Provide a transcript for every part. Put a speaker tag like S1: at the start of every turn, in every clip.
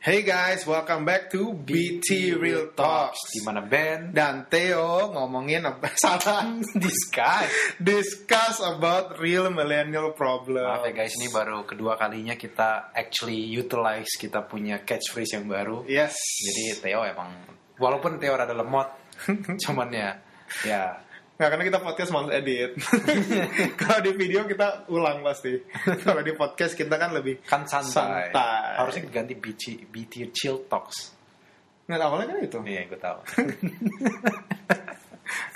S1: Hey guys, welcome back to BT Real Talks.
S2: Gimana Ben?
S1: Dan Theo ngomongin apa salah
S2: Discuss.
S1: discuss about real millennial problem.
S2: Maaf ya guys, ini baru kedua kalinya kita actually utilize kita punya catchphrase yang baru.
S1: Yes.
S2: Jadi Theo emang, walaupun Theo rada lemot, cuman ya, ya
S1: Nah, karena kita podcast malas edit. Kalau di video kita ulang pasti. Kalau di podcast kita kan lebih
S2: kan santai.
S1: Santai.
S2: Harusnya ganti BT, BT Chill Talks.
S1: Nah, awalnya kan itu.
S2: Iya, gue tahu.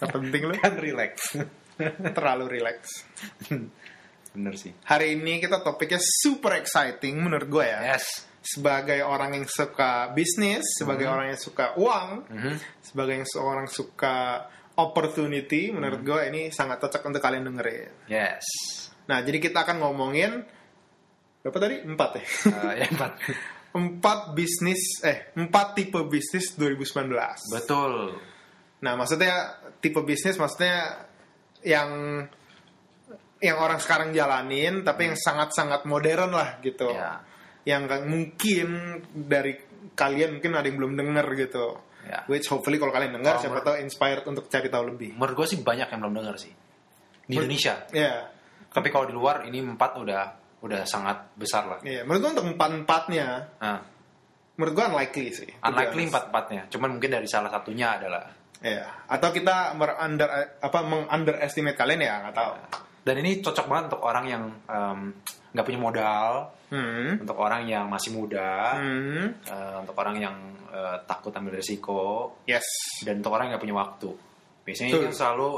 S1: Gak penting lu,
S2: kan relax.
S1: terlalu relax.
S2: Bener sih.
S1: Hari ini kita topiknya super exciting menurut gue ya.
S2: Yes.
S1: Sebagai orang yang suka bisnis, sebagai
S2: Hmm.
S1: orang yang suka uang,
S2: Mhm.
S1: sebagai yang seorang suka opportunity menurut
S2: Hmm.
S1: gue ini sangat cocok untuk kalian dengerin
S2: Yes.
S1: nah jadi kita akan ngomongin berapa tadi empat ya
S2: Eh, ya, Pat.
S1: empat bisnis eh empat tipe bisnis 2019
S2: Betul.
S1: nah maksudnya tipe bisnis maksudnya yang yang orang sekarang jalanin tapi yang sangat-sangat modern lah gitu
S2: Hmm. Ya.
S1: yang nggak- mungkin dari kalian mungkin ada yang belum denger gitu
S2: Ya.
S1: which hopefully kalau kalian dengar
S2: Kalau
S1: siapa
S2: menurut-
S1: tahu inspired untuk cari tahu lebih
S2: Menurut gue sih banyak yang belum denger sih. Di
S1: Menurut-
S2: Indonesia.
S1: Ya,
S2: Tapi kalau di luar ini empat udah udah sangat besar lah.
S1: iya. Menurut gua untuk empat empatnya,
S2: Nah,
S1: menurut gua unlikely sih. to be
S2: unlikely
S1: honest.
S2: empat empatnya. Cuman mungkin dari salah satunya adalah.
S1: Iya. Atau kita mer under apa meng underestimate kalian ya nggak tahu.
S2: Dan ini cocok banget untuk orang yang em, nggak punya modal,
S1: Hmm.
S2: untuk orang yang masih muda,
S1: Hmm.
S2: eh, untuk orang yang eh, takut ambil resiko,
S1: Yes.
S2: dan untuk orang yang nggak punya waktu. Biasanya
S1: Betul.
S2: itu selalu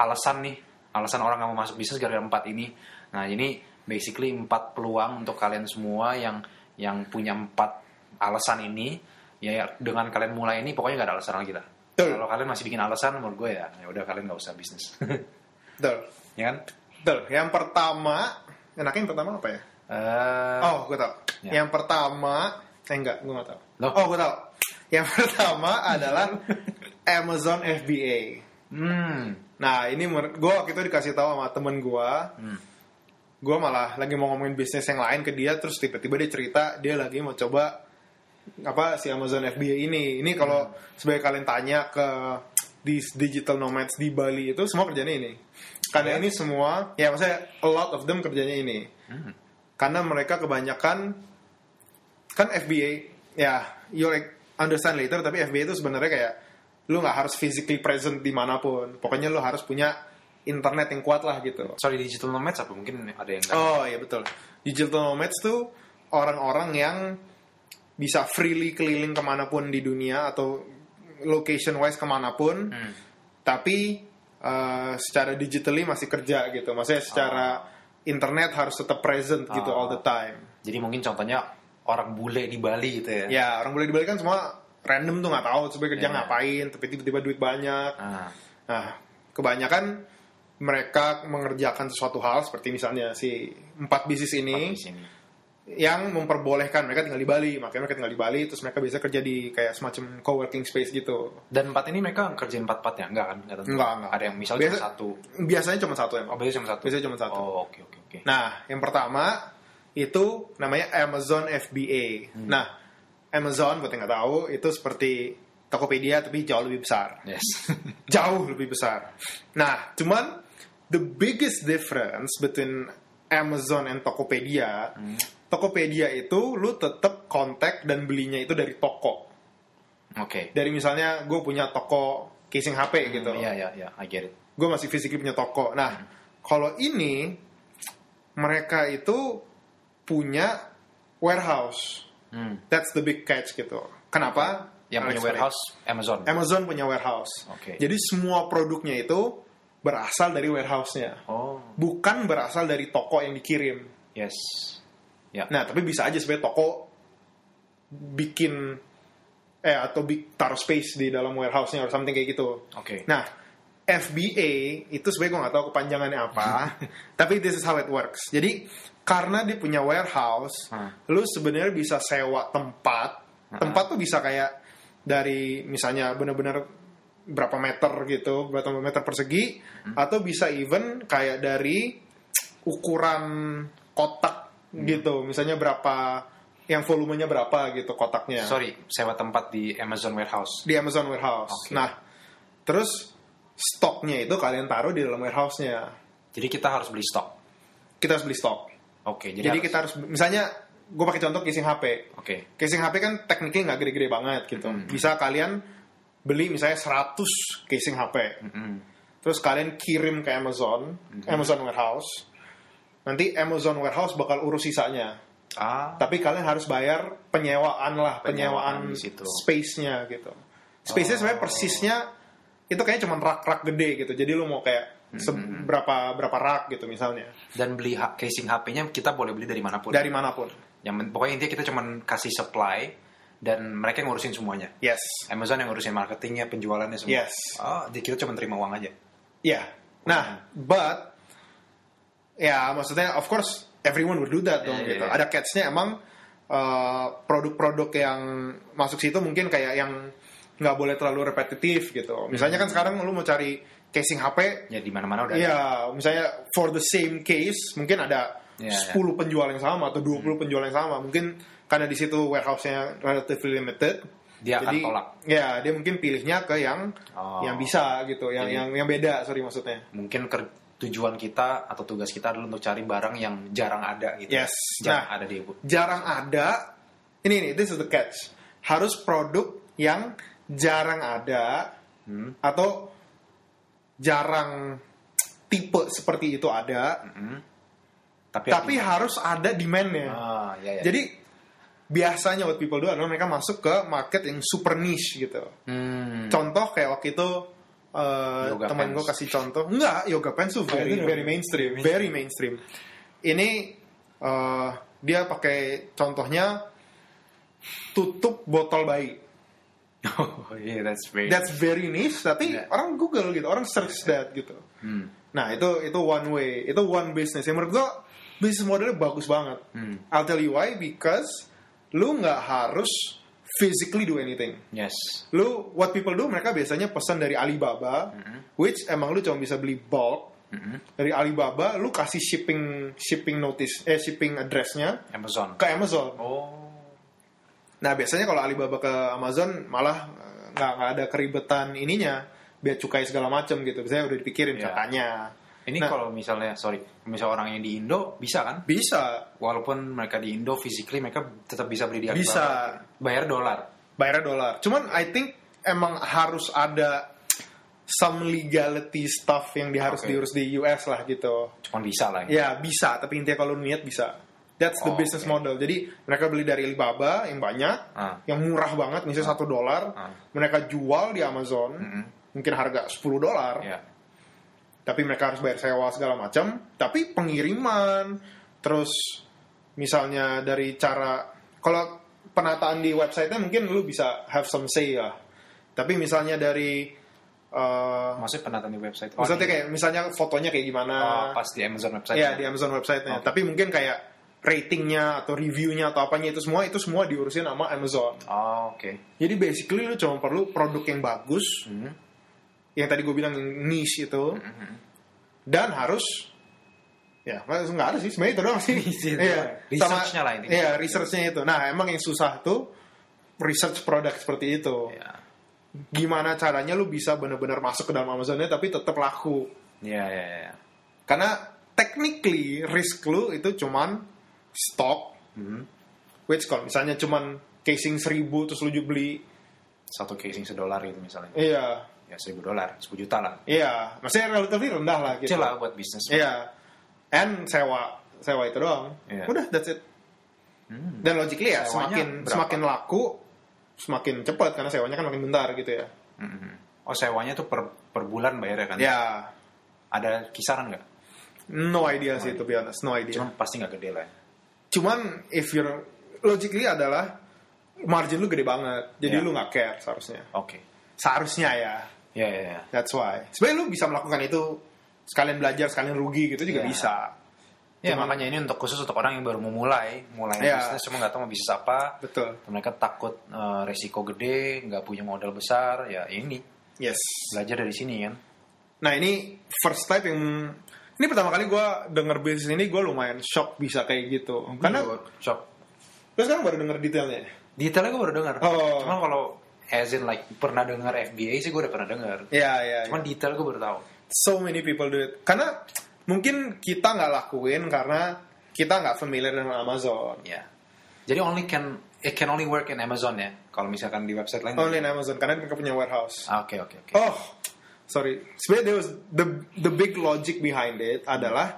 S2: alasan nih, alasan orang nggak mau masuk bisnis gara-gara empat ini. Nah ini basically empat peluang untuk kalian semua yang yang punya empat alasan ini. Ya ya, dengan kalian mulai ini pokoknya nggak ada alasan lagi lah.
S1: Betul.
S2: Kalau kalian masih bikin alasan menurut gue ya, ya udah kalian nggak usah bisnis,
S1: Betul.
S2: ya kan?
S1: Betul. Yang pertama, enaknya yang pertama apa ya?
S2: Eh,
S1: Oh, gua tahu.
S2: Ya.
S1: Yang pertama, eh enggak, gua nggak tahu.
S2: Loh?
S1: Oh, gua tahu. Yang pertama adalah Amazon FBA.
S2: hmm,
S1: Nah, ini menurut gue waktu itu dikasih tahu sama temen gua
S2: hmm,
S1: gue malah lagi mau ngomongin bisnis yang lain ke dia terus tiba-tiba dia cerita dia lagi mau coba apa si Amazon FBA ini ini kalau
S2: Hmm.
S1: sebagai kalian tanya ke di digital nomads di Bali itu semua kerjanya ini karena ini semua ya maksudnya a lot of them kerjanya ini
S2: hmm.
S1: karena mereka kebanyakan kan FBA ya you like understand later tapi FBA itu sebenarnya kayak lu nggak harus physically present dimanapun pokoknya lu harus punya internet yang kuat lah gitu
S2: Sorry digital nomads apa mungkin ada yang nggak-
S1: Oh iya betul. Digital nomads tuh orang-orang yang bisa freely keliling kemanapun di dunia atau location wise kemanapun,
S2: Hmm.
S1: tapi eh, secara digitally masih kerja gitu. Maksudnya secara internet harus tetap present gitu
S2: Ah.
S1: all the time.
S2: Jadi mungkin contohnya orang bule di Bali gitu ya.
S1: Ya orang boleh dibalikan semua random tuh nggak tahu sebenarnya kerja
S2: Iya.
S1: ngapain, tapi tiba-tiba duit banyak.
S2: Ah,
S1: Nah, kebanyakan mereka mengerjakan sesuatu hal seperti misalnya si empat bisnis ini.
S2: di sini.
S1: yang memperbolehkan mereka tinggal di Bali makanya mereka tinggal di Bali terus mereka bisa kerja di kayak semacam co-working space gitu
S2: Dan empat ini mereka kerjain empat empatnya enggak kan? Enggak, tentu.
S1: Enggak, enggak.
S2: Ada yang misalnya
S1: Biasa-
S2: cuma satu.
S1: biasanya cuma satu
S2: Oh,
S1: emang
S2: biasanya cuma satu.
S1: Biasanya cuma satu.
S2: Oh, oke oke oke.
S1: nah yang pertama itu namanya Amazon FBA
S2: Hmm.
S1: nah Amazon buat yang nggak tahu itu seperti Tokopedia tapi jauh lebih besar
S2: Yes.
S1: jauh lebih besar nah cuman the biggest difference between Amazon and Tokopedia
S2: Hmm.
S1: Tokopedia itu lu tetap kontak dan belinya itu dari toko
S2: Oke.
S1: dari misalnya gue punya toko casing HP gitu,
S2: Iya Hmm. iya iya, I get it.
S1: gue masih physically punya toko. Nah, kalau ini mereka itu punya warehouse.
S2: Hmm.
S1: That's the big catch gitu. Kenapa? I'll
S2: Yang punya
S1: explain.
S2: warehouse Amazon.
S1: Amazon punya warehouse.
S2: Oke.
S1: Jadi semua produknya itu berasal dari warehouse-nya.
S2: oh,
S1: Bukan berasal dari toko yang dikirim.
S2: yes. Ya.
S1: Nah, tapi bisa aja sebenarnya toko bikin eh atau big taruh space di dalam warehouse-nya or something kayak gitu.
S2: Oke.
S1: Nah, FBA itu sebenarnya gue nggak tahu kepanjangannya apa, tapi this is how it works. Jadi karena dia punya warehouse,
S2: Hmm.
S1: lu sebenarnya bisa sewa tempat. Tempat tuh bisa kayak dari misalnya bener-bener berapa meter gitu, berapa meter persegi,
S2: Hmm.
S1: atau bisa even kayak
S2: Hmm.
S1: dari ukuran kotak gitu, misalnya berapa yang volumenya berapa gitu kotaknya
S2: Sorry, sewa tempat di Amazon Warehouse.
S1: di Amazon warehouse.
S2: Oke.
S1: Nah, terus stoknya itu kalian taruh di dalam warehouse-nya.
S2: Jadi kita harus beli stok.
S1: Kita harus beli stok.
S2: Oke,
S1: Jadi,
S2: jadi, Iya, harus-
S1: kita harus misalnya gue pakai contoh casing HP.
S2: Oke.
S1: Casing HP kan tekniknya nggak gede-gede banget gitu.
S2: Mm-mm.
S1: Bisa kalian beli misalnya 100 casing HP.
S2: Mm-mm.
S1: Terus kalian kirim ke Amazon, Amazon Warehouse. Nanti Amazon Warehouse bakal urus sisanya.
S2: Ah,
S1: Tapi kalian harus bayar penyewaan lah,
S2: Penyewaan
S1: penyewaan,
S2: di situ.
S1: space-nya gitu. Space-nya
S2: Oh.
S1: sebenarnya persisnya itu kayaknya cuma rak-rak gede gitu. Jadi lu mau
S2: Hmm.
S1: kayak seberapa berapa rak gitu misalnya.
S2: dan beli ha- casing HP-nya kita boleh beli dari manapun.
S1: Dari manapun.
S2: Yang men- pokoknya intinya kita cuman kasih supply dan mereka yang ngurusin semuanya.
S1: Yes.
S2: Amazon yang ngurusin marketingnya, penjualannya semua.
S1: Yes.
S2: Oh, jadi kita cuma terima uang aja.
S1: Ya. Nah, but ya maksudnya of course everyone would do that dong
S2: Iya,
S1: gitu.
S2: iya, iya.
S1: Ada catch-nya emang eh, produk-produk yang masuk situ mungkin kayak yang nggak boleh terlalu repetitif gitu. Misalnya kan
S2: Hmm.
S1: sekarang lu mau cari casing HP
S2: Ya di mana-mana udah. ada.
S1: Iya, misalnya for the same case mungkin ada
S2: Iya, Hmm.
S1: 10 penjual yang sama atau 20 penjual yang sama. Mungkin karena di situ warehouse-nya relatively limited.
S2: Dia akan tolak.
S1: Ya, dia mungkin pilihnya ke yang
S2: Oh.
S1: yang bisa gitu, yang
S2: Jadi-
S1: yang yang beda, sorry maksudnya.
S2: Mungkin ker- tujuan kita atau tugas kita adalah untuk cari barang yang jarang ada gitu.
S1: Yes.
S2: Jarang
S1: Nah.
S2: ada di ibu.
S1: Jarang ada ini nih, this is the catch. Harus produk yang jarang ada
S2: Hmm.
S1: atau jarang tipe seperti itu ada,
S2: Mm-mm. Tapi,
S1: tapi harus ada demand-nya.
S2: Hmm. ah, ya, ya.
S1: Jadi biasanya what people do adalah mereka masuk ke market yang super niche gitu.
S2: Hmm.
S1: Contoh kayak waktu itu eh,
S2: Yoga
S1: temen
S2: pants.
S1: gue kasih contoh, enggak yoga pants tuh very
S2: itu
S1: very
S2: udah-
S1: mainstream, very mainstream. Ini eh, dia pakai contohnya tutup botol bayi.
S2: Iya. Oh, yeah, that's very.
S1: That's very niche, tapi
S2: Yeah.
S1: orang Google gitu, orang search that gitu.
S2: Hmm.
S1: Nah itu itu one way, itu one business. Yang menurut gue bisnis modelnya bagus banget.
S2: Hmm.
S1: I'll tell you why because lu nggak harus physically do anything.
S2: Yes.
S1: Lu what people do mereka biasanya pesan dari Alibaba,
S2: Hmm.
S1: which emang lu cuma bisa beli bulk
S2: Mm-mm.
S1: dari Alibaba, lu kasih shipping shipping notice eh shipping addressnya
S2: Amazon.
S1: ke Amazon.
S2: Oh.
S1: Nah biasanya kalau Alibaba ke Amazon malah eh, nggak nggak ada keribetan ininya biar cukai segala macem gitu. Biasanya udah dipikirin
S2: Iya.
S1: katanya.
S2: Ini
S1: Nah.
S2: kalau misalnya, sorry, misalnya orangnya di Indo bisa kan?
S1: Bisa
S2: Walaupun mereka di Indo, physically mereka tetap bisa beli di Alibaba.
S1: Bisa.
S2: Bayar dolar.
S1: bayarnya dolar. Cuman I think emang harus ada some legality stuff yang di, harus
S2: Oke.
S1: diurus di US lah gitu.
S2: Cuman bisa lah. ya.
S1: Ya bisa, tapi intinya kalau niat bisa. That's the
S2: Oh,
S1: business
S2: oke.
S1: model. Jadi mereka beli dari Alibaba yang banyak,
S2: Ah.
S1: yang murah banget, misalnya satu dolar.
S2: Ah.
S1: Mereka jual di Amazon,
S2: Mm-mm.
S1: mungkin harga 10 dolar,
S2: Ya.
S1: tapi mereka harus bayar sewa segala macam. Tapi pengiriman, terus misalnya dari cara kalau penataan di websitenya mungkin lu bisa have some say ya. Tapi misalnya dari eh,
S2: Maksudnya penataan di website. Oh,
S1: misalnya
S2: di-
S1: kayak misalnya fotonya kayak gimana?
S2: oh, pas Oh. di Amazon website. ya?
S1: Iya di Amazon websitenya.
S2: Oke.
S1: Tapi mungkin kayak ratingnya atau reviewnya atau apanya itu semua itu semua diurusin sama Amazon.
S2: Oh, oke.
S1: Jadi basically lu cuma perlu produk yang bagus,
S2: Hmm.
S1: yang tadi gue bilang yang niche itu,
S2: Mhm.
S1: dan harus ya mas- nggak ada sih sebenarnya itu doang sih.
S2: Itu doang.
S1: Iya,
S2: Researchnya
S1: sama-
S2: lah intinya.
S1: Iya researchnya itu. Nah emang yang susah tuh research produk seperti itu.
S2: Ya.
S1: Gimana caranya lu bisa benar-benar masuk ke dalam Amazonnya tapi tetap laku?
S2: Ya, ya, ya.
S1: Karena technically risk lu itu cuman stok
S2: Mhm.
S1: Which kalau misalnya cuman casing seribu terus lu ju- beli,
S2: Satu casing sedolar gitu misalnya.
S1: iya,
S2: Ya, seribu dolar. Sepuluh juta lah.
S1: iya, maksudnya relatively rendah lah gitu.
S2: Kecil lah buat bisnis.
S1: Iya, and sewa, sewa itu doang.
S2: Iya.
S1: Udah, that's it.
S2: Hmm.
S1: Dan logically ya,
S2: Sewanya
S1: semakin
S2: berapa?
S1: semakin laku, semakin cepat karena sewanya kan makin bentar gitu ya.
S2: Mhm. Oh, sewanya tuh per, per bulan bayarnya kan?
S1: Ya,
S2: Ada kisaran nggak?
S1: no idea sih to be honest, no idea. Cuman,
S2: Cuman pasti nggak gede lah. ya.
S1: if you're logically adalah margin lu gede banget, jadi
S2: Iya.
S1: lu nggak care seharusnya.
S2: Oke.
S1: Seharusnya ya.
S2: Ya, ya, ya.
S1: That's why. Sebenarnya lu bisa melakukan itu sekalian belajar, sekalian rugi gitu juga
S2: Iya.
S1: bisa.
S2: Ya
S1: Cuman-
S2: makanya ini untuk khusus untuk orang yang baru mau mulai, mulai
S1: Ya.
S2: bisnis cuma nggak tahu mau bisnis apa,
S1: Betul.
S2: mereka takut eh, resiko gede, nggak punya modal besar, ya ini
S1: Yes.
S2: belajar dari sini kan.
S1: Nah ini first type yang Oh, ini
S2: Iya,
S1: pertama kali gue denger bisnis ini gue lumayan shock bisa kayak gitu. Karena
S2: Shop
S1: Terus sekarang baru denger detailnya.
S2: Detailnya gue baru dengar.
S1: Oh.
S2: Cuman kalau as in like pernah dengar FBA sih gue udah pernah dengar.
S1: Iya, iya. iya.
S2: Cuman detail gue baru tahu.
S1: so many people do it. Karena mungkin kita nggak lakuin karena kita nggak familiar dengan Amazon.
S2: Ya. Jadi only can it can only work in Amazon ya. Kalau misalkan di website lain.
S1: Only in Amazon karena mereka punya warehouse.
S2: Ah, Oke oke oke.
S1: Oh, sorry. Sebenarnya there was the the big logic behind it adalah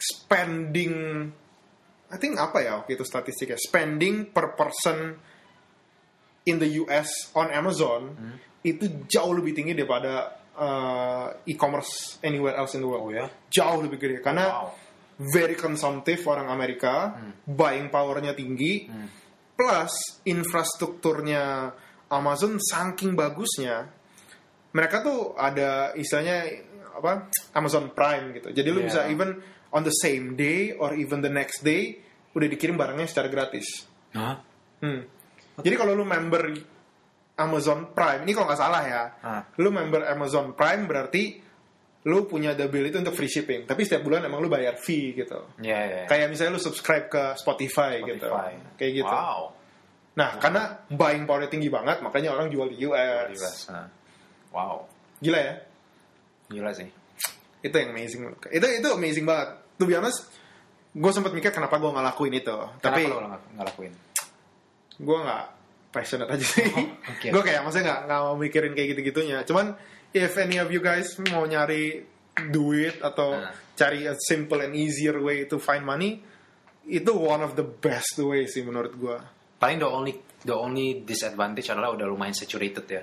S1: spending. I think apa ya waktu itu statistiknya spending per person in the US on Amazon
S2: Hmm.
S1: itu jauh lebih tinggi daripada uh, e-commerce anywhere else in the world.
S2: Oh ya?
S1: Jauh lebih gede karena
S2: Wow.
S1: very consumptive orang Amerika, buying powernya tinggi, plus infrastrukturnya Amazon saking bagusnya, mereka tuh ada istilahnya apa Amazon Prime gitu. Jadi lu
S2: Yeah.
S1: bisa even on the same day or even the next day udah dikirim barangnya secara gratis.
S2: Hah?
S1: Hmm. Jadi kalau lu member Amazon Prime, ini kalau nggak salah ya,
S2: Ah.
S1: lu member Amazon Prime berarti lu punya the bill itu untuk free shipping. Tapi setiap bulan emang lu bayar fee gitu.
S2: Ya ya. ya.
S1: Kayak misalnya lu subscribe ke Spotify, gitu.
S2: Spotify.
S1: Kayak gitu.
S2: Wow.
S1: Nah, karena buying power tinggi banget, makanya orang jual di US.
S2: Di US, nah. Wow.
S1: Gila ya?
S2: Gila sih.
S1: Itu yang amazing. Itu itu amazing banget. To be honest, gue sempat mikir kenapa gue nggak lakuin itu. Tapi
S2: Kenapa lo nggak nggak lakuin?
S1: gue nggak passionate aja sih.
S2: Oh, oke.
S1: gue kayak maksudnya nggak nggak mau mikirin kayak gitu-gitunya. Cuman if any of you guys mau nyari duit atau
S2: Nah.
S1: cari a simple and easier way to find money, itu one of the best way sih menurut gue.
S2: Paling the only the only disadvantage adalah udah lumayan saturated ya.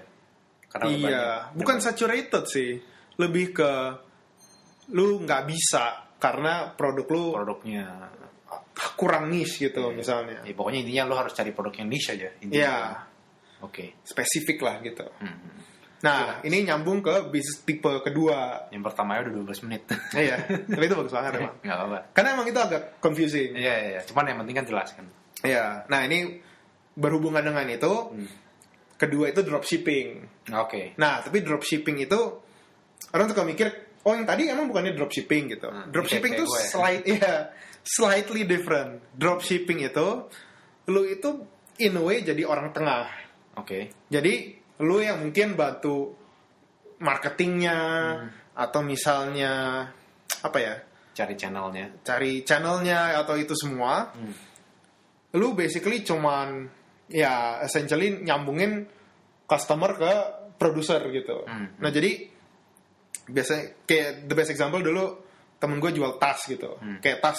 S2: Karena udah
S1: Iya,
S2: banyak-
S1: bukan
S2: udah
S1: saturated sih, lebih ke lu nggak bisa karena produk lu
S2: banyak produknya.
S1: kurang niche gitu misalnya.
S2: Ya, pokoknya intinya lo harus cari produk yang niche aja.
S1: Iya,
S2: intinya. Oke.
S1: spesifik lah gitu.
S2: Hmm.
S1: Nah, ini nyambung ke bisnis tipe kedua.
S2: Yang pertamanya udah 12 menit.
S1: Iya, tapi itu bagus banget emang.
S2: Nggak apa-apa.
S1: Karena emang itu agak confusing.
S2: Iya, iya, iya. Cuman yang penting kan jelas kan.
S1: Iya. Nah, ini berhubungan dengan itu,
S2: Hmm.
S1: kedua itu dropshipping.
S2: Oke.
S1: Nah, tapi dropshipping itu orang suka mikir, oh yang tadi emang bukannya dropshipping gitu.
S2: Hmm,
S1: dropshipping
S2: kayak-
S1: itu
S2: kayak gue.
S1: slight, iya, slightly different. Dropshipping itu lu itu in a way jadi orang tengah.
S2: Oke.
S1: Jadi lu yang mungkin bantu marketingnya
S2: Hmm.
S1: atau misalnya apa ya?
S2: Cari channelnya.
S1: cari channelnya atau itu semua
S2: Hmm.
S1: lu basically cuman ya essentially nyambungin customer ke produser gitu
S2: Hmm.
S1: nah jadi biasanya kayak the best example dulu temen gue jual tas gitu
S2: Hmm.
S1: kayak tas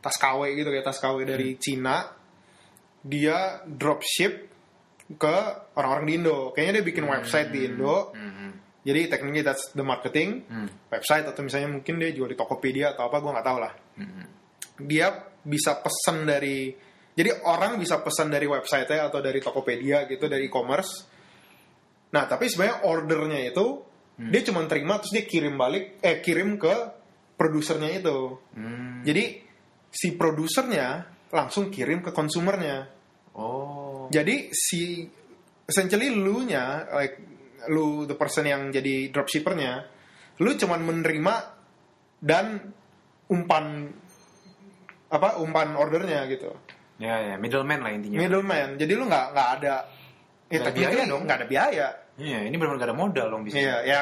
S1: tas KW gitu kayak tas KW dari Cina dia dropship ke orang-orang di Indo kayaknya dia bikin website di Indo
S2: Hmm.
S1: jadi technically that's the marketing
S2: Hmm.
S1: website atau misalnya mungkin dia jual di Tokopedia atau apa gue nggak tahu lah. Dia bisa pesan dari jadi orang bisa pesan dari website-nya atau dari Tokopedia gitu dari e-commerce. Nah tapi sebenarnya ordernya itu dia cuma terima terus dia kirim balik eh kirim ke produsernya itu.
S2: Hmm.
S1: Jadi si produsernya langsung kirim ke konsumernya.
S2: Oh.
S1: Jadi si essentially lu nya like lu the person yang jadi dropshippernya, lu cuman menerima dan umpan apa umpan ordernya gitu.
S2: Ya, ya. Middleman lah intinya.
S1: Middleman. Jadi lu nggak nggak ada ya,
S2: Nggak gitu. ada
S1: technically
S2: biaya dong.
S1: nggak ada biaya.
S2: Iya, ini benar-benar gak ada modal dong
S1: Iya,
S2: bisnis.
S1: ya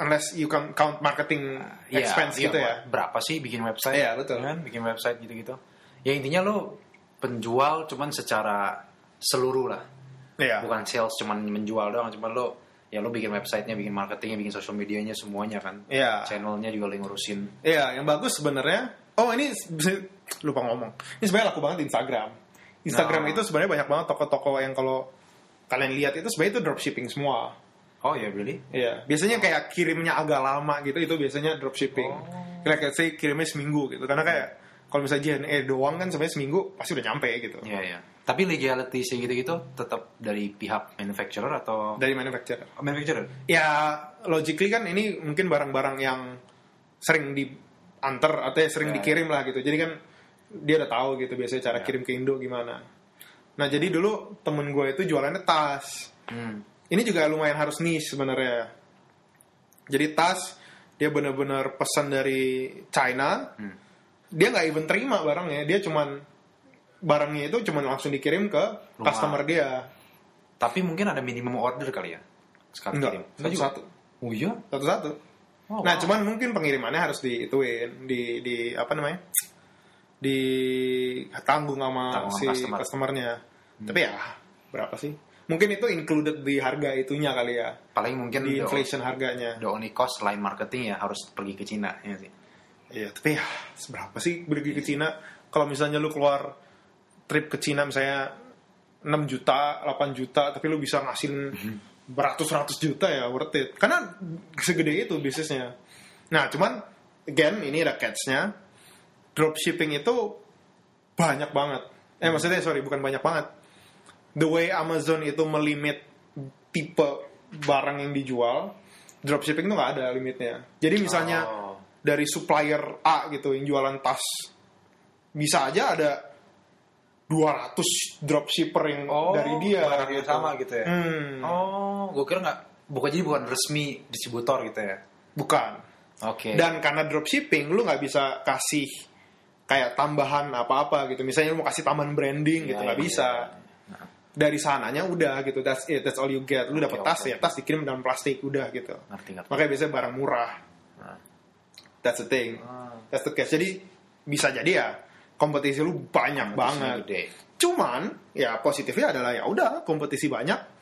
S1: unless you can count marketing
S2: Iya,
S1: expense
S2: iya,
S1: gitu ya.
S2: Berapa sih bikin website?
S1: Iya, betul.
S2: Kan? Bikin website gitu-gitu. Ya intinya lo penjual cuman secara seluruh lah.
S1: Iya.
S2: Bukan sales cuman menjual doang, cuman lo ya lo bikin websitenya, bikin marketingnya, bikin social medianya semuanya kan.
S1: Iya.
S2: Channelnya juga lo yang ngurusin.
S1: Iya, yang bagus sebenarnya. Oh, ini se- lupa ngomong. Ini sebenarnya laku banget di Instagram. Instagram
S2: Nah.
S1: itu sebenarnya banyak banget toko-toko yang kalau kalian lihat itu sebenarnya itu dropshipping semua.
S2: Oh ya, really?
S1: Iya, biasanya kayak kirimnya agak lama gitu itu biasanya dropshipping. Kayak kayak saya kirimnya seminggu gitu karena kayak kalau misalnya JNE doang kan sebenarnya seminggu pasti udah nyampe gitu.
S2: Iya, iya. Tapi legality sih gitu-gitu tetap dari pihak manufacturer atau
S1: Dari manufacturer.
S2: Oh, manufacturer?
S1: Ya, logically kan ini mungkin barang-barang yang sering diantar atau ya sering
S2: Ya,
S1: dikirim lah gitu. Jadi kan dia udah tahu gitu biasanya cara kirim ke Indo gimana. Nah, jadi dulu temen gue itu jualannya tas.
S2: Hmm.
S1: Ini juga lumayan harus niche sebenarnya. Jadi tas dia bener-bener
S2: Hmm.
S1: pesan dari China. Dia nggak even terima barangnya, dia cuman barangnya itu cuma langsung dikirim ke
S2: Rumah.
S1: customer dia.
S2: Tapi mungkin ada minimum order kali ya. Sekali kirim.
S1: Enggak,
S2: Enggak juga?
S1: satu-satu.
S2: Oh iya?
S1: Satu-satu.
S2: Oh,
S1: nah,
S2: wow.
S1: cuman mungkin pengirimannya harus diituin, di di apa namanya? ditanggung sama
S2: Tanggung sama
S1: si
S2: customer. Hmm.
S1: customernya. Tapi ya berapa sih? Mungkin itu included di harga itunya kali ya,
S2: paling mungkin
S1: di
S2: the,
S1: inflation harganya.
S2: the only cost selain marketing ya harus pergi ke Cina ya sih.
S1: Iya, tapi ya seberapa sih pergi ke Cina? Kalau misalnya lu keluar trip ke Cina misalnya 6 juta, 8 juta, tapi lu bisa ngasilin beratus-ratus juta ya worth it. Karena segede itu bisnisnya. Nah, cuman again ini ada catch-nya. Dropshipping itu banyak banget. Eh, maksudnya sorry, bukan banyak banget. The way Amazon itu melimit tipe barang yang dijual, dropshipping itu nggak ada limitnya. Jadi misalnya
S2: Oh.
S1: dari supplier A gitu yang jualan tas bisa aja ada 200 dropshipper yang
S2: Oh,
S1: dari dia
S2: barang yang sama gitu ya?
S1: Hmm,
S2: Oh, gue kira nggak. Bukan jadi bukan resmi distributor gitu ya.
S1: bukan
S2: Oke.
S1: dan karena dropshipping lu nggak bisa kasih kayak tambahan apa-apa gitu misalnya lu mau kasih tambahan branding gitu
S2: Ya,
S1: nggak
S2: iya,
S1: bisa dari sananya udah gitu that's it that's all you get lu dapet
S2: Oke,
S1: tas
S2: oke,
S1: ya tas dikirim dalam plastik udah gitu
S2: Ngerti ngerti.
S1: makanya biasanya barang murah
S2: Nah.
S1: that's the thing
S2: Ah,
S1: that's the case jadi bisa jadi ya kompetisi lu banyak banget
S2: Gede.
S1: Cuman ya positifnya adalah ya udah kompetisi banyak.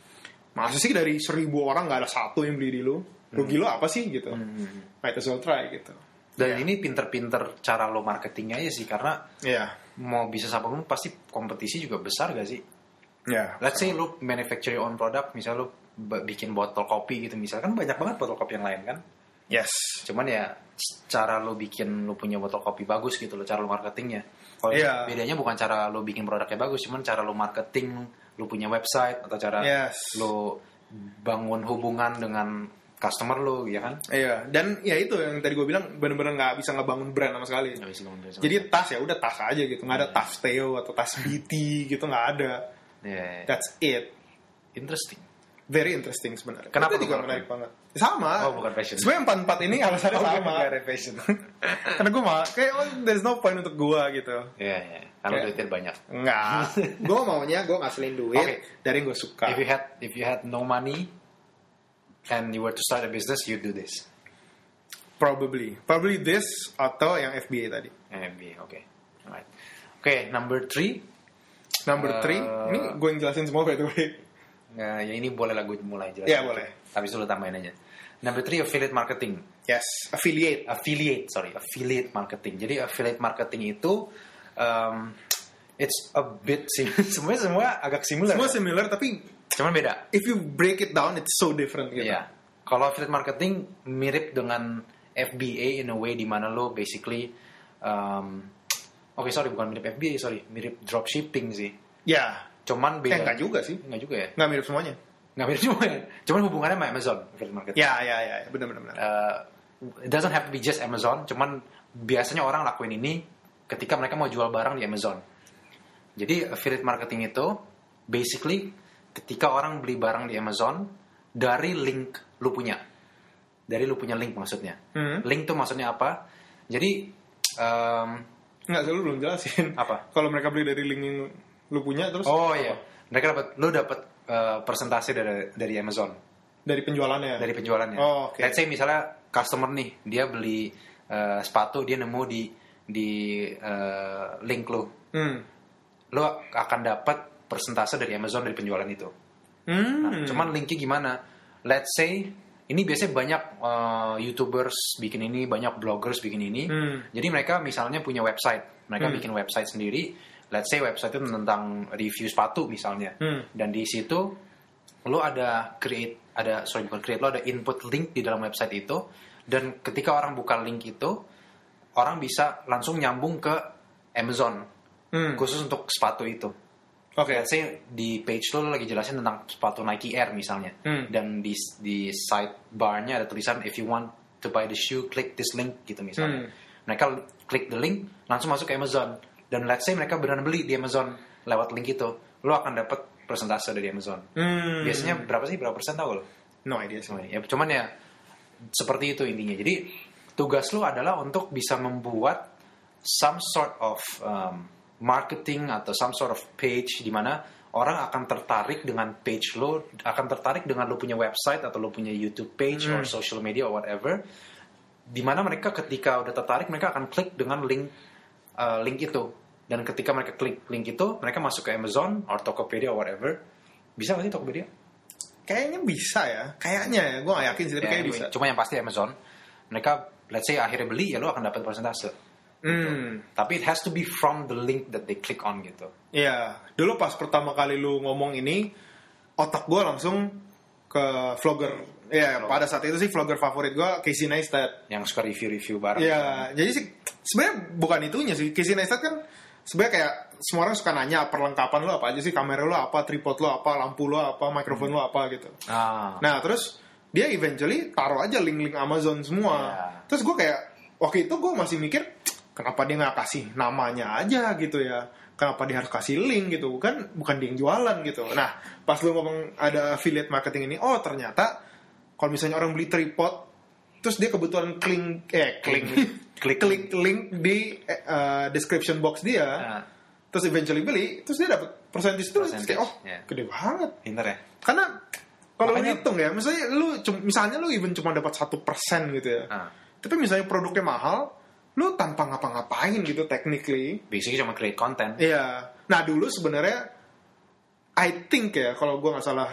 S1: Masa sih dari seribu orang nggak ada satu yang beli di lu? Rugi lu apa sih gitu?
S2: Hmm,
S1: Might as well try gitu.
S2: Dan ini pinter-pinter cara lo marketingnya aja sih karena
S1: Ya,
S2: mau bisa apa pun pasti kompetisi juga besar gak sih?
S1: ya.
S2: Let's say lo manufacture your own product, misal lo b- bikin botol kopi gitu, misalkan banyak banget botol kopi yang lain kan?
S1: Yes.
S2: Cuman ya cara lo bikin lo punya botol kopi bagus gitu lo cara lo marketingnya. Kalau
S1: Iya.
S2: bedanya bukan cara lo bikin produknya bagus, cuman cara lo marketing, lo punya website atau cara
S1: Yes.
S2: lo bangun hubungan dengan customer lo, ya kan?
S1: Iya, dan ya itu yang tadi gue bilang bener-bener nggak bisa ngebangun brand sama sekali.
S2: Nggak bisa ngomong dari sana.
S1: Jadi tas ya udah tas aja gitu, nggak ada tas Theo atau tas BT gitu nggak ada.
S2: Ya, ya, ya.
S1: That's it.
S2: interesting.
S1: Very interesting sebenarnya.
S2: Kenapa
S1: Itu
S2: lu
S1: juga
S2: ngelakuin?
S1: menarik banget? Sama.
S2: Oh, bukan fashion.
S1: Sebenarnya empat empat ini alasannya sama.
S2: revision.
S1: Karena gue mah kayak oh, there's no point untuk gue gitu.
S2: Iya, iya. Karena
S1: Kayak-
S2: duitnya banyak.
S1: Enggak. gue maunya gue ngasilin duit
S2: Oke.
S1: dari gue suka.
S2: If you had if you had no money and you were to start a business, you do this.
S1: Probably. Probably this atau yang FBA tadi.
S2: MBA, oke. Alright. Oke, number three.
S1: Number
S2: Eh.
S1: three. Ini gue yang jelasin semua by the way.
S2: Nah, ya ini boleh lah gue mulai jelas.
S1: Iya, boleh.
S2: Habis itu lo tambahin aja. Number three, affiliate marketing.
S1: Yes. Affiliate.
S2: affiliate sorry affiliate marketing jadi affiliate marketing itu um, it's a bit sim- semua semua agak similar
S1: Semua similar tapi
S2: cuman beda
S1: if you break it down it's so different gitu.
S2: Iya. kalau affiliate marketing mirip dengan FBA in a way di mana lo basically um, oke sorry bukan mirip FBA sorry mirip dropshipping sih
S1: Ya. Eh,
S2: cuman beda
S1: enggak juga sih.
S2: Enggak juga ya
S1: Enggak mirip semuanya.
S2: nggak mirip juga ya cuman hubungannya sama Amazon affiliate marketing
S1: Ya, ya, ya. ya. Benar, benar, benar.
S2: uh, it doesn't have to be just Amazon, cuman biasanya orang lakuin ini ketika mereka mau jual barang di Amazon. Jadi affiliate marketing itu basically ketika orang beli barang di Amazon dari link lu punya. Dari lu punya link maksudnya.
S1: Hmm.
S2: Link tuh maksudnya apa? Jadi um,
S1: Enggak, lu belum jelasin.
S2: Apa?
S1: Kalau mereka beli dari link yang lu punya terus
S2: oh iya, mereka dapat lu dapat uh, persentase dari dari Amazon.
S1: dari penjualannya.
S2: dari penjualannya.
S1: Oh, oke.
S2: Let's say misalnya customer nih dia beli eh, sepatu dia nemu di di eh, link lo,
S1: Hmm.
S2: lo akan dapat persentase dari Amazon dari penjualan itu.
S1: Hmm.
S2: Nah, Cuman linknya gimana? Let's say ini biasanya banyak eh, YouTubers bikin ini, banyak bloggers bikin ini.
S1: Hmm.
S2: Jadi mereka misalnya punya website, mereka
S1: Hmm.
S2: bikin website sendiri. Let's say website itu tentang review sepatu misalnya
S1: Hmm.
S2: dan di situ lo ada create ada sorry bukan create lo ada input link di dalam website itu dan ketika orang buka link itu orang bisa langsung nyambung ke Amazon
S1: Hmm. Oke.
S2: khusus untuk sepatu itu. Let's say di page lo, lo lagi jelasin tentang sepatu Nike Air misalnya
S1: Hmm.
S2: dan di di sidebarnya ada tulisan if you want to buy the shoe click this link gitu
S1: Hmm.
S2: misalnya. Mereka klik the link langsung masuk ke Amazon dan let's say mereka benar beli di Amazon lewat link itu lo akan dapat persentase dari Amazon.
S1: Hmm.
S2: Biasanya berapa sih berapa persen tahu lo?
S1: no idea sih.
S2: Ya cuman ya seperti itu intinya. Jadi tugas lo adalah untuk bisa membuat some sort of um, marketing atau some sort of page di mana orang akan tertarik dengan page lo, akan tertarik dengan lo punya website atau lo punya YouTube page or social media or whatever, di mana mereka ketika udah tertarik mereka akan klik dengan link uh, link itu dan ketika mereka klik link itu mereka masuk ke Amazon or Tokopedia or whatever, bisa nggak sih Tokopedia?
S1: Kayaknya bisa ya, kayaknya ya. Gue gak yakin sih, tapi
S2: Ya,
S1: kayaknya
S2: anyway,
S1: bisa.
S2: Cuma yang pasti Amazon, mereka let's say akhirnya beli ya lo akan dapat persentase.
S1: Hmm,
S2: Tapi it has to be from the link that they click on gitu.
S1: iya. Dulu pas pertama kali lu ngomong ini, otak gue langsung ke vlogger. Iya, pada saat itu sih vlogger favorit gue Casey Neistat.
S2: Yang suka review-review barang.
S1: Iya, jadi sih sebenarnya bukan itunya sih. Casey Neistat kan sebenarnya kayak semua orang suka nanya perlengkapan lo apa aja sih, kamera lo apa, tripod lo apa, lampu lo apa, mikrofon
S2: Hmm.
S1: lo apa gitu.
S2: Ah.
S1: Nah, terus dia eventually taruh aja link-link Amazon semua.
S2: Iya.
S1: Terus gue kayak waktu itu gue masih mikir kenapa dia nggak kasih namanya aja gitu ya. Kenapa dia harus kasih link gitu kan bukan dia yang jualan gitu. Nah, pas lu ngomong ada affiliate marketing ini, oh ternyata kalau misalnya orang beli tripod terus dia kebetulan kling eh kling
S2: Klik.
S1: klik link di eh, eh, description box dia.
S2: Nah,
S1: Terus eventually beli, terus dia dapat persentis terus Terus kayak oh,
S2: Percentage, iya.
S1: gede banget
S2: pinter ya.
S1: karena kalau lu
S2: Makanya-
S1: hitung ya misalnya lu cum- misalnya lu even cuma dapat satu persen gitu ya
S2: Nah,
S1: tapi misalnya produknya mahal lu tanpa ngapa-ngapain gitu technically
S2: basically cuma create content.
S1: iya nah dulu sebenarnya I think ya kalau gua nggak salah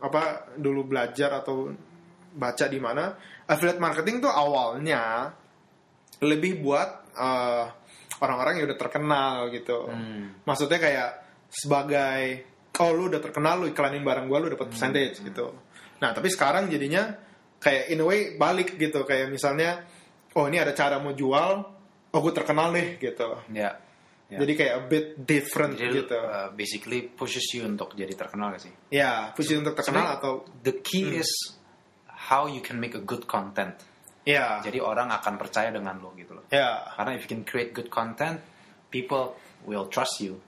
S1: apa dulu belajar atau baca di mana affiliate marketing tuh awalnya lebih buat eh, orang-orang yang udah terkenal gitu
S2: Hmm.
S1: maksudnya kayak sebagai oh lu udah terkenal lu iklanin barang gua lu dapat percentage gitu nah tapi sekarang jadinya kayak in a way balik gitu kayak misalnya oh ini ada cara mau jual oh gue terkenal deh gitu
S2: Ya. Ya.
S1: jadi kayak a bit different
S2: Jadi
S1: gitu
S2: uh, basically pushes you untuk jadi terkenal gak sih?
S1: ya puji untuk terkenal
S2: sebenarnya-
S1: atau Hmm.
S2: The key is how you can make a good content.
S1: ya
S2: Jadi orang akan percaya dengan lo gitu loh.
S1: ya
S2: Karena if you can create good content, people will trust you.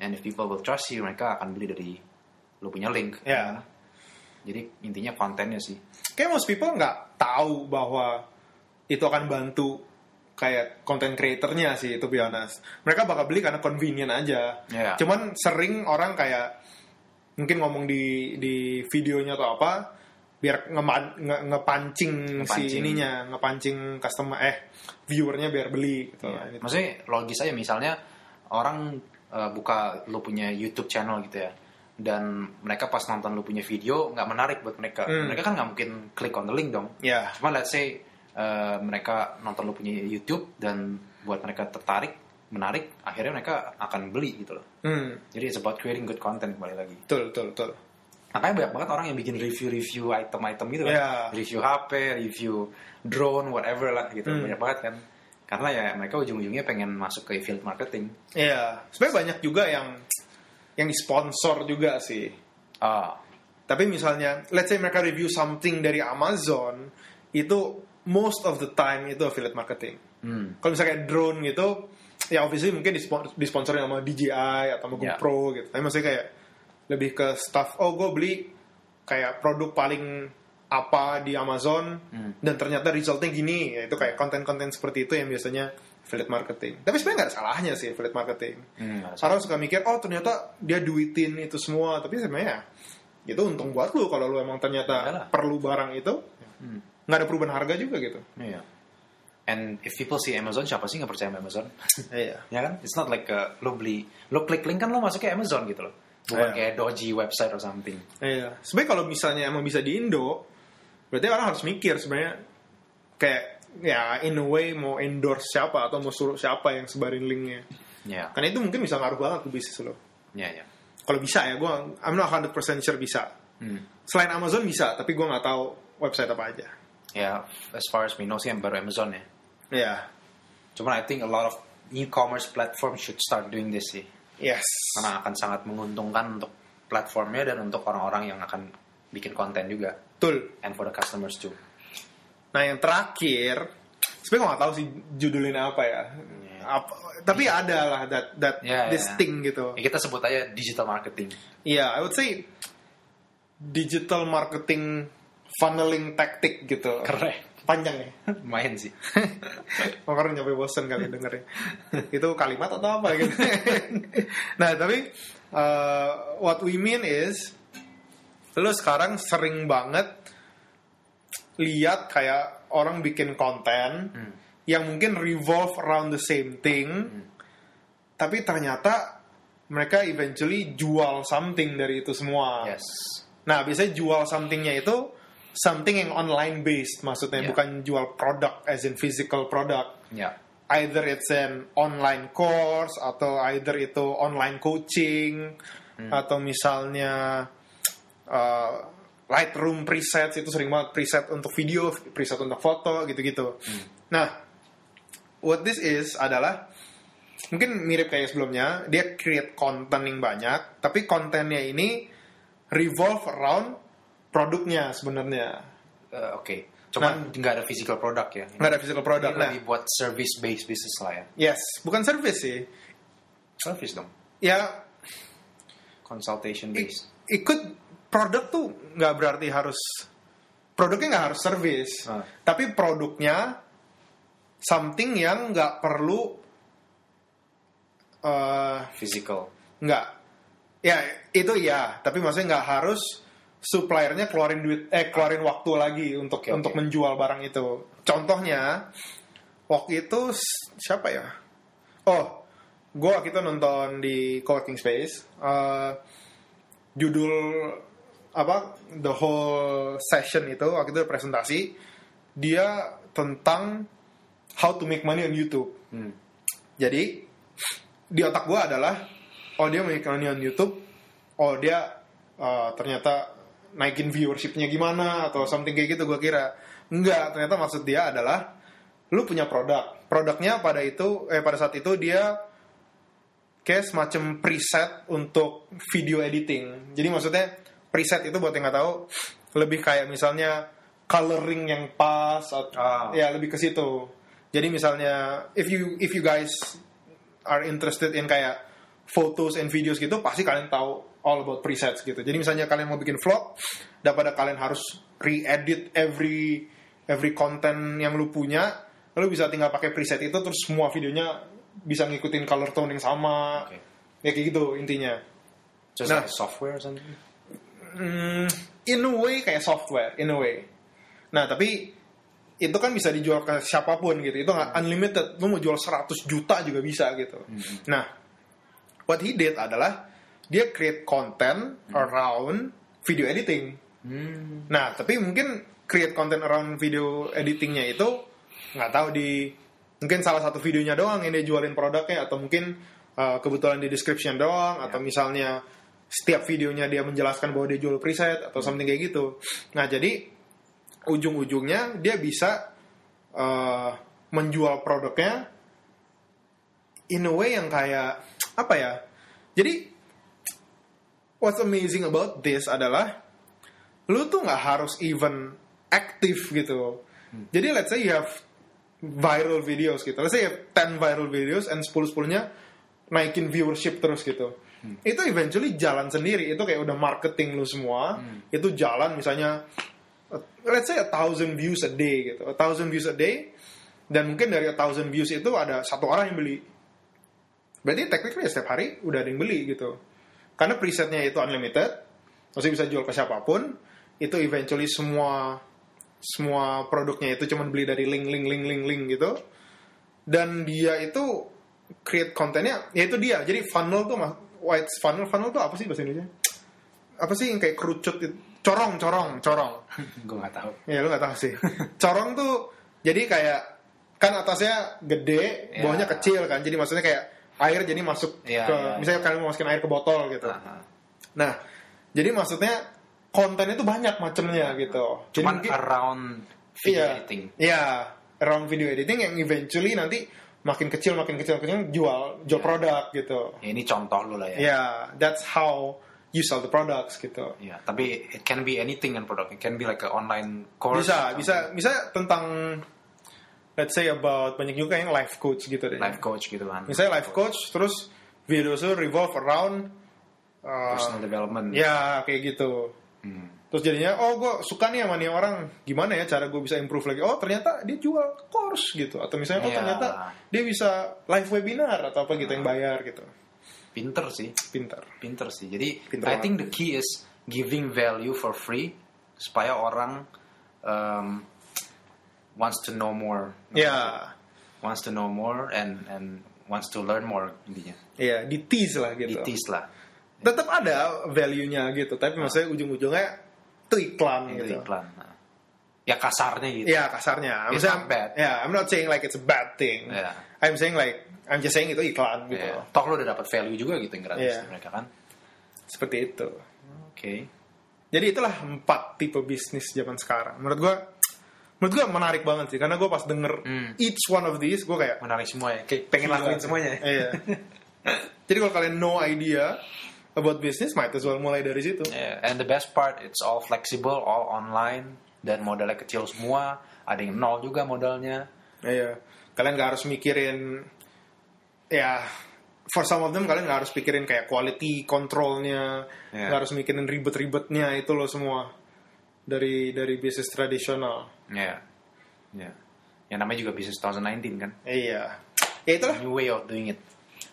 S2: And if people will trust you, mereka akan beli dari lo punya link.
S1: ya
S2: Jadi intinya kontennya sih.
S1: kayak most people nggak tahu bahwa itu akan bantu kayak content creatornya sih itu be honest. Mereka bakal beli karena convenient aja.
S2: Iya.
S1: Cuman sering orang kayak mungkin ngomong di di videonya atau apa biar ngema- nge- ngepancing, si
S2: Ngepancing.
S1: ininya, ngepancing customer eh viewernya biar beli gitu.
S2: Iya.
S1: Nah, ini-
S2: Maksudnya logis aja misalnya orang eh, buka lu punya YouTube channel gitu ya dan mereka pas nonton lu punya video nggak menarik buat mereka.
S1: Hmm.
S2: Mereka kan nggak mungkin klik on the link dong.
S1: Ya.
S2: Cuma let's say eh, mereka nonton lu punya YouTube dan buat mereka tertarik, menarik, akhirnya mereka akan beli gitu loh.
S1: Hmm,
S2: Jadi it's about creating good content kembali lagi.
S1: betul, betul, betul.
S2: Makanya banyak banget orang yang bikin review-review item-item gitu kan.
S1: Iya.
S2: Review HP, review drone, whatever lah gitu.
S1: Hmm.
S2: Banyak banget kan. Karena ya mereka ujung-ujungnya pengen masuk ke field marketing.
S1: Iya, sebenarnya banyak juga yang yang sponsor juga sih.
S2: Ah,
S1: Tapi misalnya, let's say mereka review something dari Amazon, itu most of the time itu affiliate marketing.
S2: hmm.
S1: Kalau misalnya kayak drone gitu, ya obviously mungkin dispon- disponsorin sama DJI atau sama
S2: Ya.
S1: GoPro gitu. Tapi maksudnya kayak lebih ke stuff, oh gue beli kayak produk paling apa di Amazon
S2: Hmm.
S1: dan ternyata resultnya gini ya itu kayak konten-konten seperti itu yang biasanya affiliate marketing tapi sebenarnya nggak ada salahnya sih affiliate marketing
S2: Hmm, nggak salah.
S1: Orang suka mikir, oh ternyata dia duitin itu semua, tapi sebenarnya itu untung buat lu kalau lu emang ternyata
S2: Iyalah.
S1: perlu barang itu,
S2: Hmm,
S1: nggak ada perubahan harga juga gitu.
S2: iya. And if people see Amazon, siapa sih nggak percaya sama Amazon?
S1: Iya.
S2: ya kan? It's not like uh, lo beli, lo klik link kan lo masuk ke Amazon gitu loh.
S1: Iya.
S2: Bukan kayak doji website or something.
S1: Iya. Sebenarnya kalau misalnya emang bisa di Indo, berarti orang harus mikir sebenarnya kayak ya in a way mau endorse siapa atau mau suruh siapa yang sebarin linknya.
S2: Ya,
S1: Karena itu mungkin bisa ngaruh banget ke bisnis lo.
S2: ya, ya.
S1: Kalau bisa ya, gue I'm not 100% sure bisa.
S2: Hmm.
S1: Selain Amazon bisa, tapi gue nggak tahu website apa aja.
S2: Ya, as far as we know sih yang baru Amazon ya.
S1: Iya.
S2: Cuman I think a lot of e-commerce platform should start doing this sih.
S1: Yes.
S2: Karena akan sangat menguntungkan untuk platformnya dan untuk orang-orang yang akan bikin konten juga.
S1: Betul.
S2: And for the customers too.
S1: Nah yang terakhir, sebenarnya gue gak tahu sih judulnya apa ya. Apa, tapi ada lah that that
S2: Ya,
S1: this
S2: ya.
S1: thing gitu.
S2: Ya, kita sebut aja digital marketing.
S1: Iya, I would say digital marketing funneling tactic gitu.
S2: Keren.
S1: panjang ya
S2: lumayan sih
S1: orang nyampe bosen kali dengernya itu kalimat atau apa gitu nah tapi uh, what we mean is lo sekarang sering banget lihat kayak orang bikin konten
S2: Hmm.
S1: yang mungkin revolve around the same thing tapi ternyata mereka eventually jual something dari itu semua
S2: yes
S1: Nah, biasanya jual somethingnya itu something yang online based, maksudnya
S2: Yeah.
S1: bukan jual produk as in physical product.
S2: ya
S1: Either it's an online course atau either itu online coaching atau misalnya uh, Lightroom preset itu sering banget preset untuk video, preset untuk foto gitu-gitu. Nah, what this is adalah mungkin mirip kayak sebelumnya, dia create konten yang banyak, tapi kontennya ini revolve around produknya sebenarnya.
S2: Eh, oke cuman nggak ada physical product ya
S1: Nah. Nggak ada physical product.
S2: Ini
S1: Nah,
S2: lebih buat service based business lah ya
S1: yes, bukan service sih.
S2: service dong
S1: Ya,
S2: consultation
S1: i-
S2: based
S1: ikut produk tuh nggak berarti harus produknya nggak harus service,
S2: Ah.
S1: tapi produknya something yang nggak perlu eh,
S2: physical
S1: nggak ya itu iya tapi maksudnya nggak harus suppliernya keluarin duit eh keluarin waktu lagi untuk
S2: Oke, oke.
S1: untuk menjual barang itu contohnya waktu itu s- siapa ya oh gue waktu itu nonton di coworking space eh, judul apa the whole session itu waktu itu presentasi dia tentang how to make money on YouTube
S2: Hmm.
S1: jadi di otak gue adalah oh dia make money on YouTube, oh dia uh, ternyata naikin viewershipnya gimana atau something kayak gitu gue kira. Enggak, ternyata maksud dia adalah lu punya produk, produknya pada itu eh pada saat itu dia kayak semacam preset untuk video editing. Jadi maksudnya preset itu buat yang nggak tahu lebih kayak misalnya coloring yang pas atau
S2: Ah.
S1: ya lebih ke situ. Jadi misalnya if you if you guys are interested in kayak photos and videos gitu pasti kalian tahu all about presets gitu. Jadi misalnya kalian mau bikin vlog daripada kalian harus re-edit every every content yang lu punya, lu bisa tinggal pakai preset itu terus semua videonya bisa ngikutin color tone yang sama.
S2: Oke.
S1: Ya kayak gitu intinya.
S2: just
S1: Nah.
S2: like software or something
S1: Hmm, in a way kayak software, in a way. Nah, tapi itu kan bisa dijual ke siapapun gitu. Itu nggak unlimited. Lu mau jual 100 juta juga bisa gitu. Nah, what he did adalah dia create content around video editing.
S2: Hmm.
S1: Nah, tapi mungkin create content around video editingnya itu nggak tahu di mungkin salah satu videonya doang yang dia jualin produknya atau mungkin uh, kebetulan di description doang atau misalnya setiap videonya dia menjelaskan bahwa dia jual preset atau something kayak gitu. Nah, jadi ujung-ujungnya dia bisa uh, menjual produknya in a way yang kayak apa ya? Jadi what's amazing about this adalah lu tuh nggak harus even aktif gitu. Jadi let's say you have viral videos gitu. Let's say you have 10 viral videos and 10-10-nya naikin viewership terus gitu. Itu eventually jalan sendiri. Itu kayak udah marketing lu semua. Itu jalan misalnya uh, let's say a thousand views a day gitu. A thousand views a day dan mungkin dari a thousand views itu ada satu orang yang beli. Berarti technically ya setiap hari udah ada yang beli gitu. Karena presetnya itu unlimited, masih bisa jual ke siapapun. Itu eventually semua semua produknya itu cuman beli dari link link link link link gitu. Dan dia itu create kontennya, ya itu dia. Jadi funnel tuh mas, white funnel funnel tuh apa sih bahasa Indonesia? Apa sih yang kayak kerucut? itu? Corong, corong, corong.
S2: gue nggak tahu
S1: Ya lu gak tahu sih. Corong tuh jadi kayak kan atasnya gede,
S2: Ya.
S1: bawahnya kecil kan. Jadi maksudnya kayak air jadi masuk
S2: Ya,
S1: ke
S2: ya, ya.
S1: misalnya kalian mau masukin air ke botol gitu.
S2: Aha.
S1: Nah, jadi maksudnya konten itu banyak macamnya gitu. Jadi
S2: cuman
S1: mungkin-
S2: around video
S1: iya,
S2: editing
S1: Iya, around video editing yang eventually nanti makin kecil makin kecil makin kecil jual jual
S2: Ya.
S1: produk gitu.
S2: ya, ini contoh lu lah
S1: Ya,
S2: ya
S1: that's how you sell the products gitu.
S2: Ya, tapi it can be anything kan produk. It can be like a online course.
S1: bisa bisa bisa tentang let's say about banyak juga yang life coach gitu deh
S2: Life coach gitu kan.
S1: misalnya life coach terus video itu revolve around uh, Iya.
S2: Personal development.
S1: ya kayak gitu
S2: Hmm.
S1: Terus jadinya, oh gue suka nih sama nih orang, gimana ya cara gue bisa improve lagi? Oh ternyata dia jual course gitu, atau misalnya oh
S2: Iya.
S1: ternyata dia bisa live webinar atau apa gitu yang bayar gitu,
S2: Pinter sih.
S1: pintar.
S2: pinter sih. Jadi
S1: Pinter banget.
S2: I think the key is giving value for free supaya orang um, wants to know more,
S1: Ya,
S2: wants to know more and and wants to learn more intinya.
S1: ya di tease lah gitu.
S2: Ditis lah.
S1: Tetap ada value-nya gitu, tapi maksudnya ujung-ujungnya itu iklan gitu.
S2: Itu iklan. Nah. Ya kasarnya gitu.
S1: Ya kasarnya. I'm
S2: It's
S1: saying-
S2: not bad.
S1: Ya, I'm not Iya. saying like it's a bad thing.
S2: Ya.
S1: I'm saying like, I'm just saying itu iklan gitu.
S2: Ya. Toh lo udah dapat value juga gitu yang gratis
S1: Iya.
S2: dari mereka kan.
S1: Seperti itu.
S2: Oke.
S1: Jadi itulah empat tipe bisnis zaman sekarang. Menurut gua, menurut gua menarik banget sih karena gua pas denger
S2: Hmm.
S1: each one of these gua kayak
S2: Menarik semua ya. Kayak pengen
S1: gila.
S2: lakuin semuanya. ya?
S1: Iya. Jadi kalau kalian no idea about business, might as well mulai dari situ.
S2: Yeah, and the best part, it's all flexible, all online, dan modalnya kecil semua. Ada yang nol juga modalnya.
S1: Iya. Kalian gak harus mikirin ya for some of them kalian gak harus pikirin kayak quality controlnya,
S2: Iya.
S1: nggak harus mikirin ribet-ribetnya itu loh semua dari dari bisnis tradisional.
S2: Ya, ya. Yang namanya juga bisnis 2019 kan.
S1: Iya. Ya itulah.
S2: New way of doing it.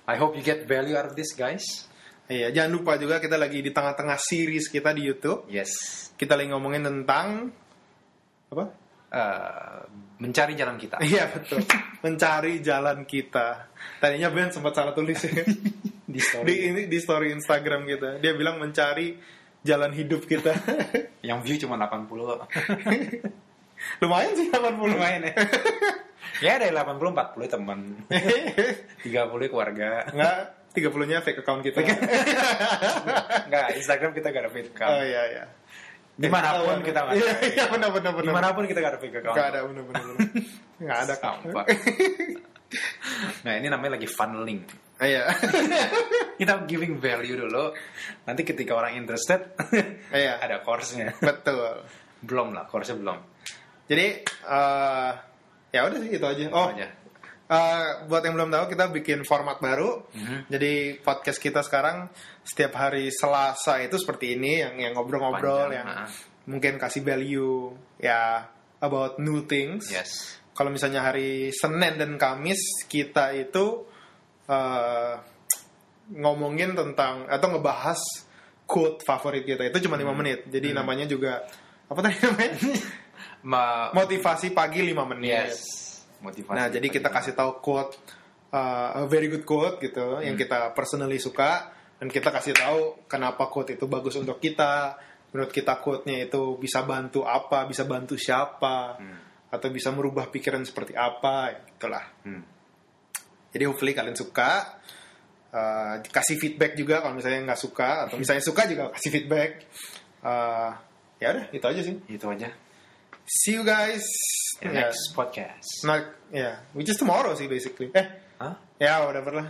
S2: I hope you get value out of this guys.
S1: Iya, jangan lupa juga kita lagi di tengah-tengah series kita di YouTube.
S2: Yes.
S1: Kita lagi ngomongin tentang apa?
S2: Eh, mencari jalan kita.
S1: Iya betul. Mencari jalan kita. Tadinya Ben sempat salah tulis ya.
S2: Di
S1: di ini di story Instagram kita. Dia bilang mencari jalan hidup kita.
S2: Yang view cuma 80.
S1: Lumayan sih 80
S2: Lumayan ya. ya dari 80 40 teman. 30 keluarga.
S1: Enggak, 30-nya fake account kita.
S2: Enggak, Instagram kita gak ada fake
S1: oh
S2: account.
S1: iya iya.
S2: Dimanapun kita nggak ada
S1: Iya,
S2: fake
S1: Iya, benar benar benar.
S2: Dimanapun kita gak ada fake account.
S1: Enggak ada benar benar. benar. Enggak ada kak.
S2: Sampah. nah ini namanya lagi funneling.
S1: Iya.
S2: Kita giving value dulu. Nanti ketika orang interested,
S1: Iya.
S2: ada course-nya.
S1: Betul.
S2: Belum lah, course-nya belum.
S1: Jadi eh ya udah sih itu aja. Oh,
S2: aja.
S1: eh, buat yang belum tahu kita bikin format baru.
S2: Mhm.
S1: Jadi podcast kita sekarang setiap hari Selasa itu seperti ini yang yang ngobrol-ngobrol
S2: Panjang,
S1: yang
S2: ah.
S1: mungkin kasih value ya about new things.
S2: Yes.
S1: Kalau misalnya hari Senin dan Kamis kita itu eh, ngomongin tentang atau ngebahas quote favorit kita itu cuma lima
S2: Mhm.
S1: menit. Jadi namanya juga apa tadi namanya?
S2: Ma
S1: motivasi pagi 5 menit.
S2: yes. Motivasi.
S1: Nah, jadi kita kasih tahu quote uh, a very good quote gitu
S2: Hmm.
S1: yang kita personally suka dan kita kasih tahu kenapa quote itu bagus untuk kita. Menurut kita quote-nya itu bisa bantu apa, bisa bantu siapa, atau bisa merubah pikiran seperti apa, itulah.
S2: Hmm.
S1: Jadi hopefully kalian suka. Uh, kasih feedback juga kalau misalnya nggak suka atau misalnya suka juga kasih feedback. Uh, ya udah itu aja sih.
S2: Itu aja.
S1: See you guys.
S2: In
S1: Ya.
S2: next podcast.
S1: Not, yeah, which is tomorrow sih basically. Eh,
S2: Hah?
S1: ya whatever lah.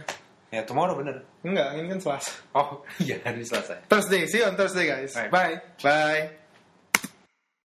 S2: Ya tomorrow bener.
S1: Enggak, ini kan Selasa.
S2: Oh iya hari Selasa.
S1: Thursday, see you on Thursday guys.
S2: Alright, Bye.
S1: Bye.